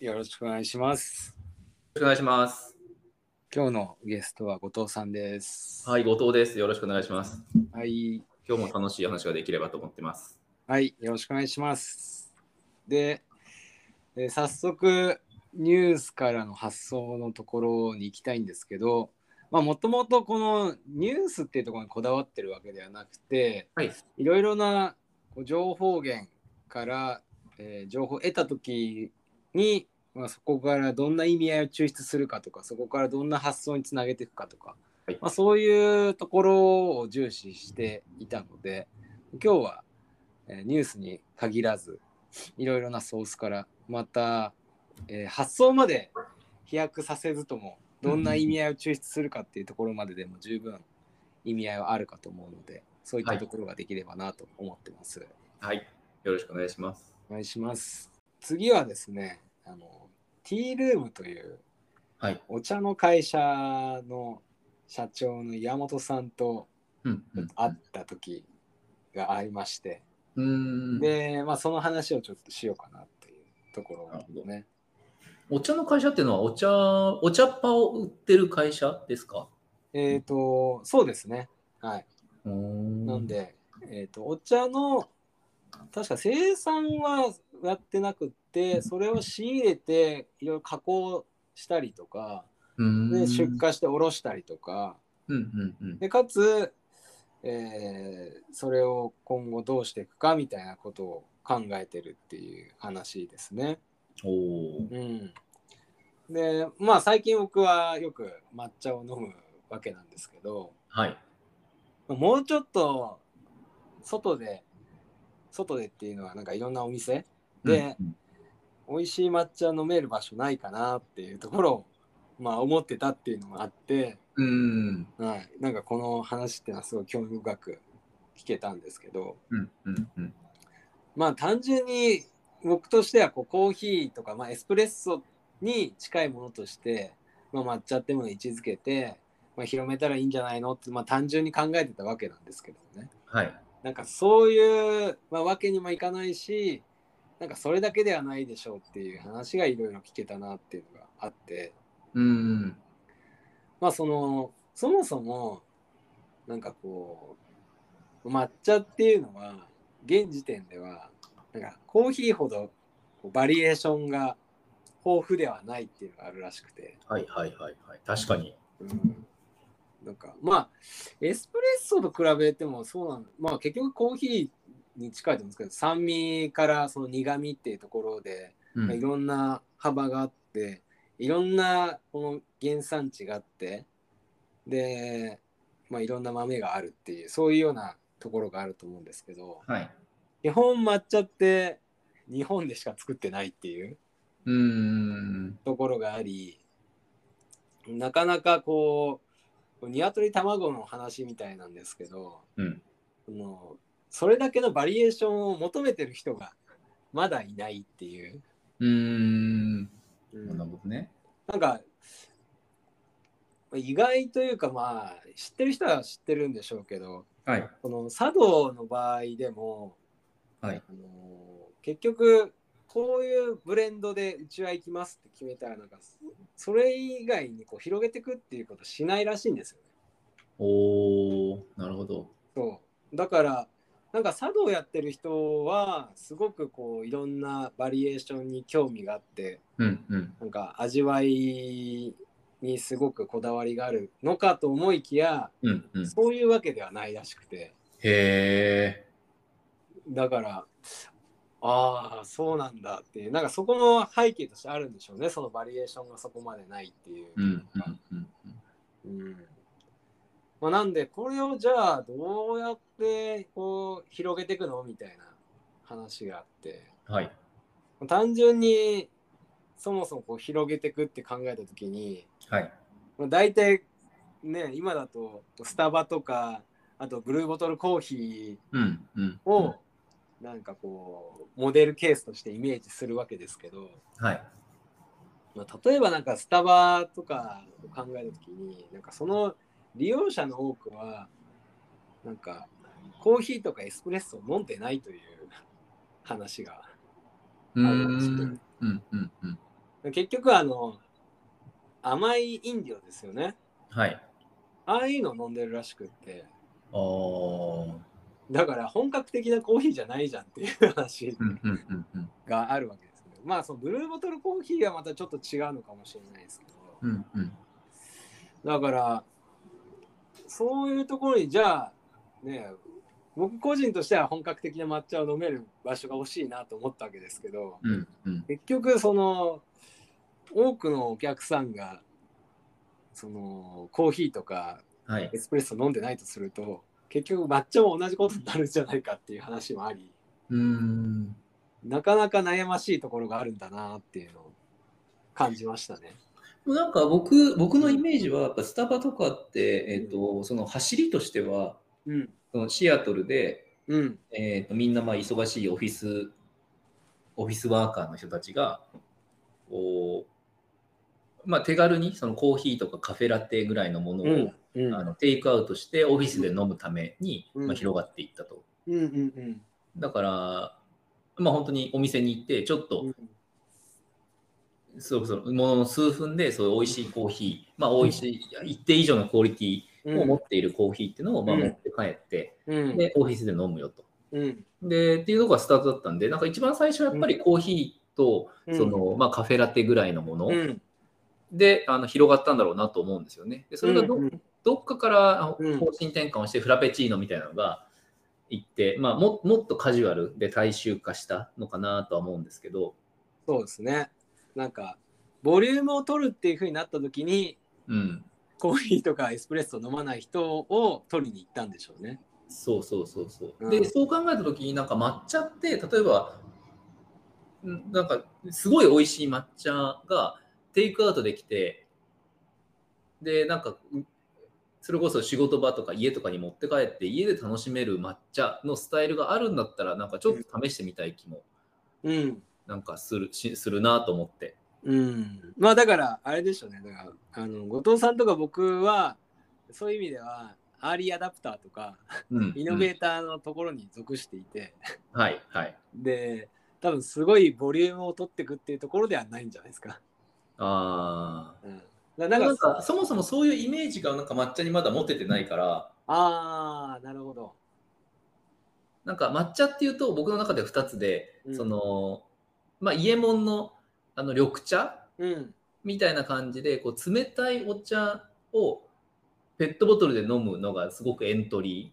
よろしくお願いします。ろしくお願いします。今日のゲストは後藤さんです。はい、後藤です。よろしくお願いします。はい。今日も楽しい話ができればと思ってます。はい。よろしくお願いします。で、えー早速、ニュースからの発想のところに行きたいんですけど、まあ、もともとこのニュースっていうところにこだわってるわけではなくて、はい。いろいろなこう情報源から、えー情報を得た時に、まあ、そこからどんな意味合いを抽出するかとかそこからどんな発想につなげていくかとか、はいまあ、そういうところを重視していたので今日は、えーニュースに限らずいろいろなソースからまた、えー発想まで飛躍させずともどんな意味合いを抽出するかっていうところまででも十分意味合いはあるかと思うのでそういったところができればなと思ってます、はい。よろしくお願いします。お願いします次はですねあのティールームというはい。お茶の会社の社長の岩本さんとうん。うん会った時がありまして、うーん。で、まあ、その話をちょっとしようかなというところなるほどねお茶の会社っていうのは、お茶、お茶っ葉を売ってる会社ですかえっ、とそうですねはいな。なんで、えー、とお茶の確か生産はやってなくってそれを仕入れていろいろ加工したりとかうーん。で出荷して卸したりとかうんうんうん。でかつ、えーそれを今後どうしていくかみたいなことを考えてるっていう話ですね。おお。うん、でまあ最近僕はよく抹茶を飲むわけなんですけど、はい。もうちょっと外で外でっていうのはなんかいろんなお店でうんうん美味しい抹茶飲める場所ないかなっていうところをまあ思ってたっていうのもあって、うーん。はい、なんかこの話っていうのはすごい興味深く聞けたんですけどうんうんうん。まあ単純に僕としてはこうコーヒーとか、まあ、エスプレッソに近いものとして、まあ、抹茶ってものに位置づけて、まあ、広めたらいいんじゃないのって、まあ、単純に考えてたわけなんですけどね。はい。なんかそういう、まあ、わけにもいかないしなんかそれだけではないでしょうっていう話がいろいろ聞けたなっていうのがあってうーん。まあそのそもそもなんかこう抹茶っていうのは現時点ではなんかコーヒーほどこうバリエーションが豊富ではないっていうのがあるらしくて、はいはいはいはい。確かに。うん、なんかまあエスプレッソと比べてもそうなんまあ結局コーヒーに近いと思うんですけど酸味からその苦味っていうところで、うまあいん。ろんな幅があっていろんなこの原産地があってで、まあ、いろんな豆があるっていうそういうようなところがあると思うんですけどはい。基本抹茶って日本でしか作ってないっていううーん。ところがありなかなかこう鶏卵の話みたいなんですけどうん。そのそれだけのバリエーションを求めてる人がまだいないっていう、うーん。うんなるほどね。なんか意外というかまあ知ってる人は知ってるんでしょうけどはい。この茶道の場合でも、はい。あの結局こういうブレンドでうちは行きますって決めたらなんかそそれ以外にこう広げていくっていうことしないらしいんですよね。おお、なるほど。そうだからなんか茶道やってる人はすごくこういろんなバリエーションに興味があってうんうん。なんか味わいにすごくこだわりがあるのかと思いきやうんうん。へそういうわけではないらしくてえ。だからああそうなんだっていうなんかそこの背景としてあるんでしょうねそのバリエーションがそこまでないっていう。うんうんうんうんまあ、なんでこれをじゃあどうやってこう広げていくのみたいな話があってうん。はい。単純にそもそもこう広げていくって考えた時にはい。まあ、大体ね今だとスタバとかあとブルーボトルコーヒうんうん。ーをなんかこうモデルケースとしてイメージするわけですけど、はい。まあ、例えばなんかスタバとかを考えるときになんかその利用者の多くはなんかコーヒーとかエスプレッソを飲んでないという話がうあんるらしくうんうんうん。結局あの甘い飲料ですよねはい。ああいうの飲んでるらしくってあーだから本格的なコーヒーじゃないじゃんっていう話うんうんうんうんがあるわけですけどまあそのブルーボトルコーヒーはまたちょっと違うのかもしれないですけどうんうんだからそういうところにじゃあね僕個人としては本格的な抹茶を飲める場所が欲しいなと思ったわけですけど、うんうん結局その多くのお客さんがそのコーヒーとかはいエ。スプレッソ飲んでないとすると結局抹茶も同じことになるんじゃないかっていう話もありうーん。なかなか悩ましいところがあるんだなっていうのを感じましたね。なんか僕僕のイメージはやっぱスタバとかって、えっとその走りとしてはうん、そのシアトルで、うん、えっとみんなまあ忙しいオフィスオフィスワーカーの人たちがこう、まあ、手軽にそのコーヒーとかカフェラテぐらいのものを、うん、うん、あのテイクアウトしてオフィスで飲むために、うんまあ、広がっていったと。うん、うん、だから、まあ、本当にお店に行ってちょっと、うん、そうそうものの数分でそういう美味しいコーヒー、まあ、美味しい、いや一定以上のクオリティを持っているコーヒーっていうのを、まあ、うん持って帰って、うん、でオフィスで飲むよと。うん、でっていうところがスタートだったんでなんか一番最初はやっぱりコーヒーと、うんそのまあ、カフェラテぐらいのもの、うん、であの広がったんだろうなと思うんですよね。でそれがど,、うんどっかからあの方うん針転換をしてフラペチーノみたいなのが行って、まあ、ももっとカジュアルで大衆化したのかなとは思うんですけど、そうですね。なんかボリュームを取るっていう風になった時にうん、コーヒーとかエスプレッソ飲まない人を取りに行ったんでしょうね。そうそうそうそう。うんで、そう考えたときに、なんか抹茶って、例えば、んなんか、すごい美味しい抹茶がテイクアウトできて、で、なんか、うそれこそ仕事場とか家とかに持って帰って、家で楽しめる抹茶のスタイルがあるんだったら、なんかちょっと試してみたい気も、うん。なんかするしするなと思って。うん。まあだから、あれでしょうね。だから、あの、後藤さんとか僕は、そういう意味では、アーリーアダプターとか、うん、イノベーーターのところに属していて、はい、はい。で、多分すごいボリュームを取っていくっていうところではないんじゃないですか。あーうん。だなかんら、かそもそもそういうイメージがなんか抹茶にまだ持ててないから、ああ、なるほど。なんか抹茶っていうと僕の中では2つで、うんそのまあ伊右衛門のあの緑茶うん。みたいな感じでこう冷たいお茶をペットボトルで飲むのがすごくエントリ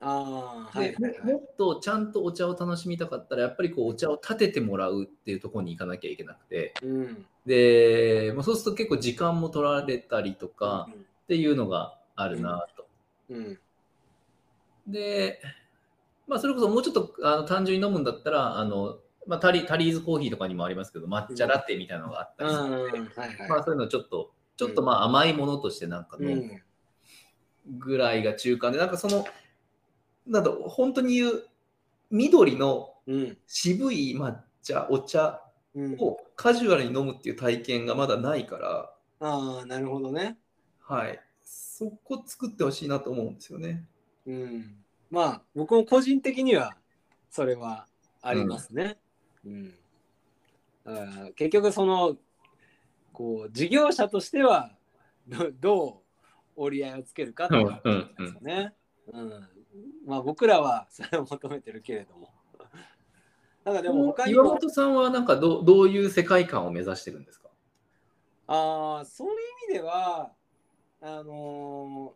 ああ、ー、はでいはいはもい。もっとちゃんとお茶を楽しみたかったらやっぱりこうお茶を立ててもらうっていうところに行かなきゃいけなくてうん。で、まあ、そうすると結構時間も取られたりとかっていうのがあるなと。うん。で、まあ、それこそもうちょっとあの単純に飲むんだったらあの、まあ、タリタリーズコーヒーとかにもありますけど抹茶ラテみたいなのがあったうりん。するので、うんはいまはあ、そういうのちょっとちょっとまあ甘いものとしてなんかい。う飲ん。むぐらいが中間で、なんかそのなんだろう本当に言う緑のうん。渋い抹茶お茶うん、をカジュアルに飲むっていう体験がまだないから、ああ、なるほどね。はい、そこ作ってほしいなと思うんですよね。うん、まあ僕も個人的にはそれはありますね。うんだから結局そのこう事業者としてはどどう折り合いをつけるかっていうことなんですよね。うんまあ僕らはそれを求めてるけれども。なんかでも他に岩も本さんはなんかどうどういう世界観を目指してるんですかあーそういう意味ではあの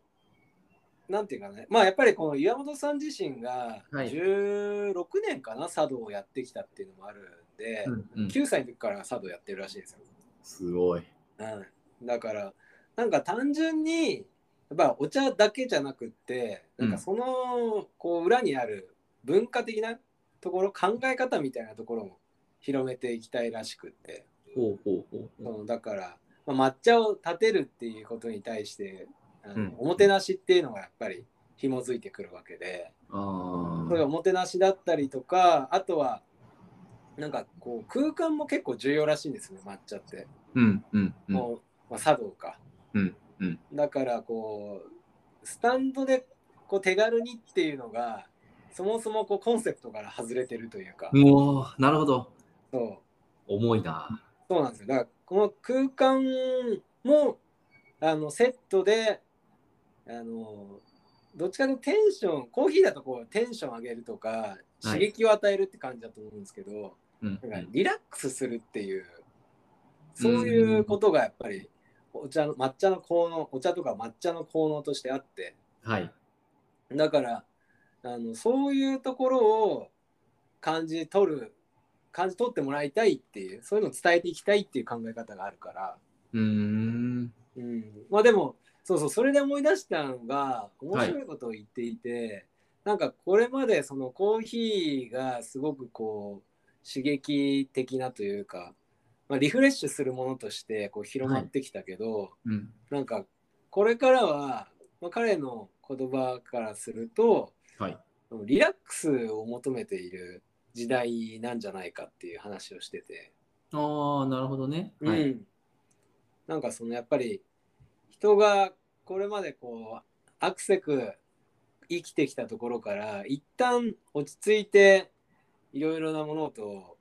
ーなんていうかねまあやっぱりこの岩本さん自身がはい16年かな、茶道をやってきたっていうのもあるんで、9歳の時から茶道やってるらしいですよ、すごい。うん、だからなんか単純にやっぱお茶だけじゃなくってなんかそのこう裏にある文化的なところ考え方みたいなところも広めていきたいらしくって。ほうほうほうそほのだから、まあ、抹茶を立てるっていうことに対してあの、うんおもてなしっていうのがやっぱり紐づいてくるわけで、う。あそれがおもてなしだったりとかあとはなんかこう空間も結構重要らしいんですね抹茶って、うんうんうん。もうまあ、茶道か、うんうんだからこうスタンドでこう手軽にっていうのがそもそもこうコンセプトから外れてるというか、うおーなるほど。そう重いな。そうなんですよ。だからこの空間もあのセットであのどっちかというとテンションコーヒーだとこうテンション上げるとか刺激を与えるって感じだと思うんですけど、うんなんかリラックスするっていうそういうことがやっぱりお茶の抹茶の効能お茶とか抹茶の効能としてあってはい。だからあのそういうところを感じ取る感じ取ってもらいたいっていうそういうのを伝えていきたいっていう考え方があるから、うーん。うん、まあでもそうそうそれで思い出したのが面白いことを言っていて、なんかこれまでそのコーヒーがすごくこう刺激的なというか、まあ、リフレッシュするものとしてこう広まってきたけど、うん。なんかこれからは、まあ、彼の言葉からすると、はいリラックスを求めている時代なんじゃないかっていう話をしてて、ああ、なるほどね。はうい。ん、なんかそのやっぱり人がこれまでこうアクセク生きてきたところから一旦落ち着いていろいろな物事を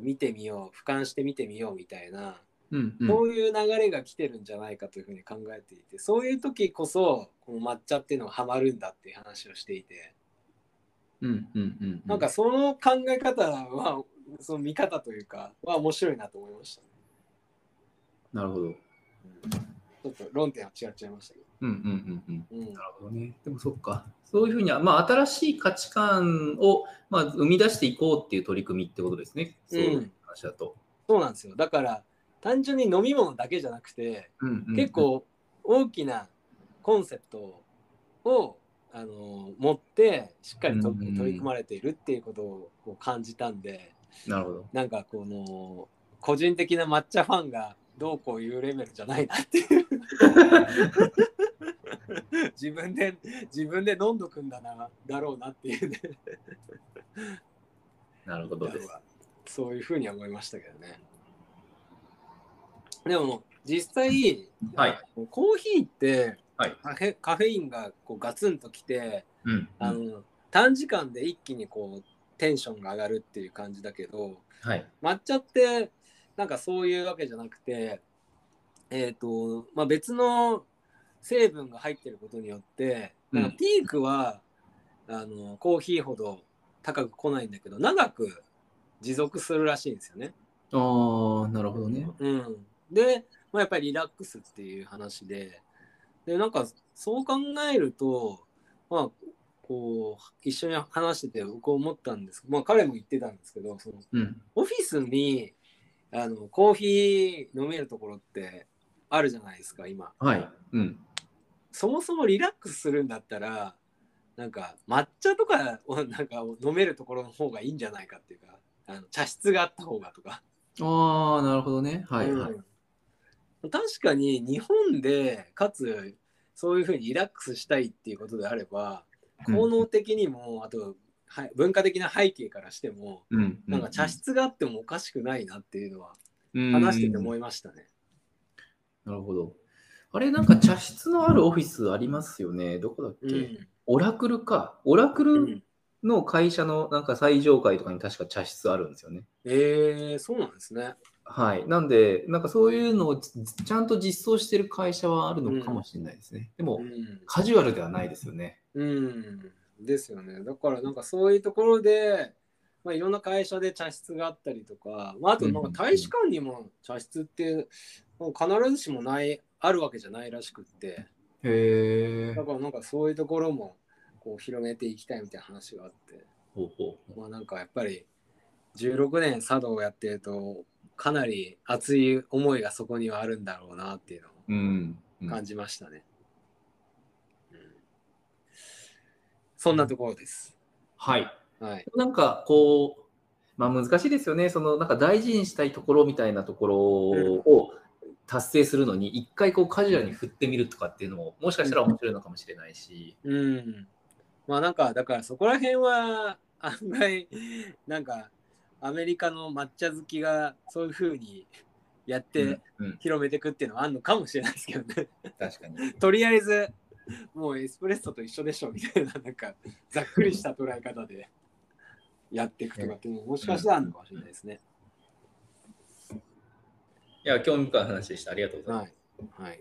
見てみよう俯瞰して見てみようみたいなうん。うんそういう流れが来てるんじゃないかというふうに考えていて、そういう時こそ、この抹茶っていうのがハマるんだっていう話をしていて、うん。うん。うん。なんか、その考え方は、その見方というか、は面白いなと思いましたね、なるほど。うん。ちょっと論点は違っちゃいましたけうん。うん。うん。ど。うんなるほどね。でもそっか。そういうふうには、まあ、新しい価値観を、まあ、生み出していこうっていう取り組みってことですね。そういう話だと。そうなんですよ。だから、単純に飲み物だけじゃなくて、うんうんうん結、構大きなコンセプトを、あの持ってしっかりとうんうんう取りん組まれているっていうことをこう感じたんで、なるほど。なんかこの個人的な抹茶ファンがどうこう言うレベルじゃないなっていう自分で自分で飲んどくんだなだろうなっていうねなるほどです。そういうふうには思いましたけどねでも実際、はいコーヒーってはいカフェカフェインがこうガツンときてうん。あの短時間で一気にこうテンションが上がるっていう感じだけど、はい。抹茶ってなんかそういうわけじゃなくてえっ、とまあ別の成分が入ってることによってうんなんかピークは、あのコーヒーほど高く来ないんだけど長く持続するらしいんですよね。ああ、なるほどね。うん、で、まあ、やっぱりリラックスっていう話ででなんかそう考えるとまあこう一緒に話してて僕思ったんですまあ彼も言ってたんですけどそのうん。オフィスにあのコーヒー飲めるところってあるじゃないですか今はい。うん。そもそもリラックスするんだったらなんか抹茶とかをなんか飲めるところの方がいいんじゃないかっていうかあの茶室があった方がとか、ああ、なるほどね。はい。はい。うん確かに日本でかつそういうふうにリラックスしたいっていうことであればうん効能的にも、あとはい文化的な背景からしてもうん。なんか茶室があってもおかしくないなっていうのはうん話してて思いましたね。なるほど。あれ、なんか茶室のあるオフィスありますよね。どこだっけ、うんオラクルか。オラクうルんの会社のなんか最上階とかに確か茶室あるんですよね。えー、そうなんですね。はい。なんで、なんかそういうのをちちゃんと実装してる会社はあるのかもしれないですね。でうも、ん、カジュアルではないですよね。うん、ですよね。だからなんかそういうところで、まあ、いろんな会社で茶室があったりとか、まあ、あとなんか大使館にも茶室ってもう必ずしもないあるわけじゃないらしくってへえだ。からなんかそういうところもこう広げていきたいみたいな話があって、ほうほう。まあ、なんかやっぱり16年茶道をやってるとかなり熱い思いがそこにはあるんだろうなっていうのをうん。感じましたね。うんそんなところです。はい。はい。なんかこう、まあ、難しいですよね、そのなんか大事にしたいところみたいなところを達成するのに、一回こうカジュアルに振ってみるとかっていうのも、もしかしたら面白いのかもしれないし、うん。まあなんか、だからそこら辺は案外、なんかアメリカの抹茶好きがそういう風にやってうんうん広めていくっていうのはあるのかもしれないですけどね。 確かに。とりあえず、もうエスプレッソと一緒でしょみたいな、なんかざっくりした捉え方でやっていくとかっていうのももしかしたらあるのかもしれないですね。いや、興味深い話でした。ありがとうございます。はい。はい。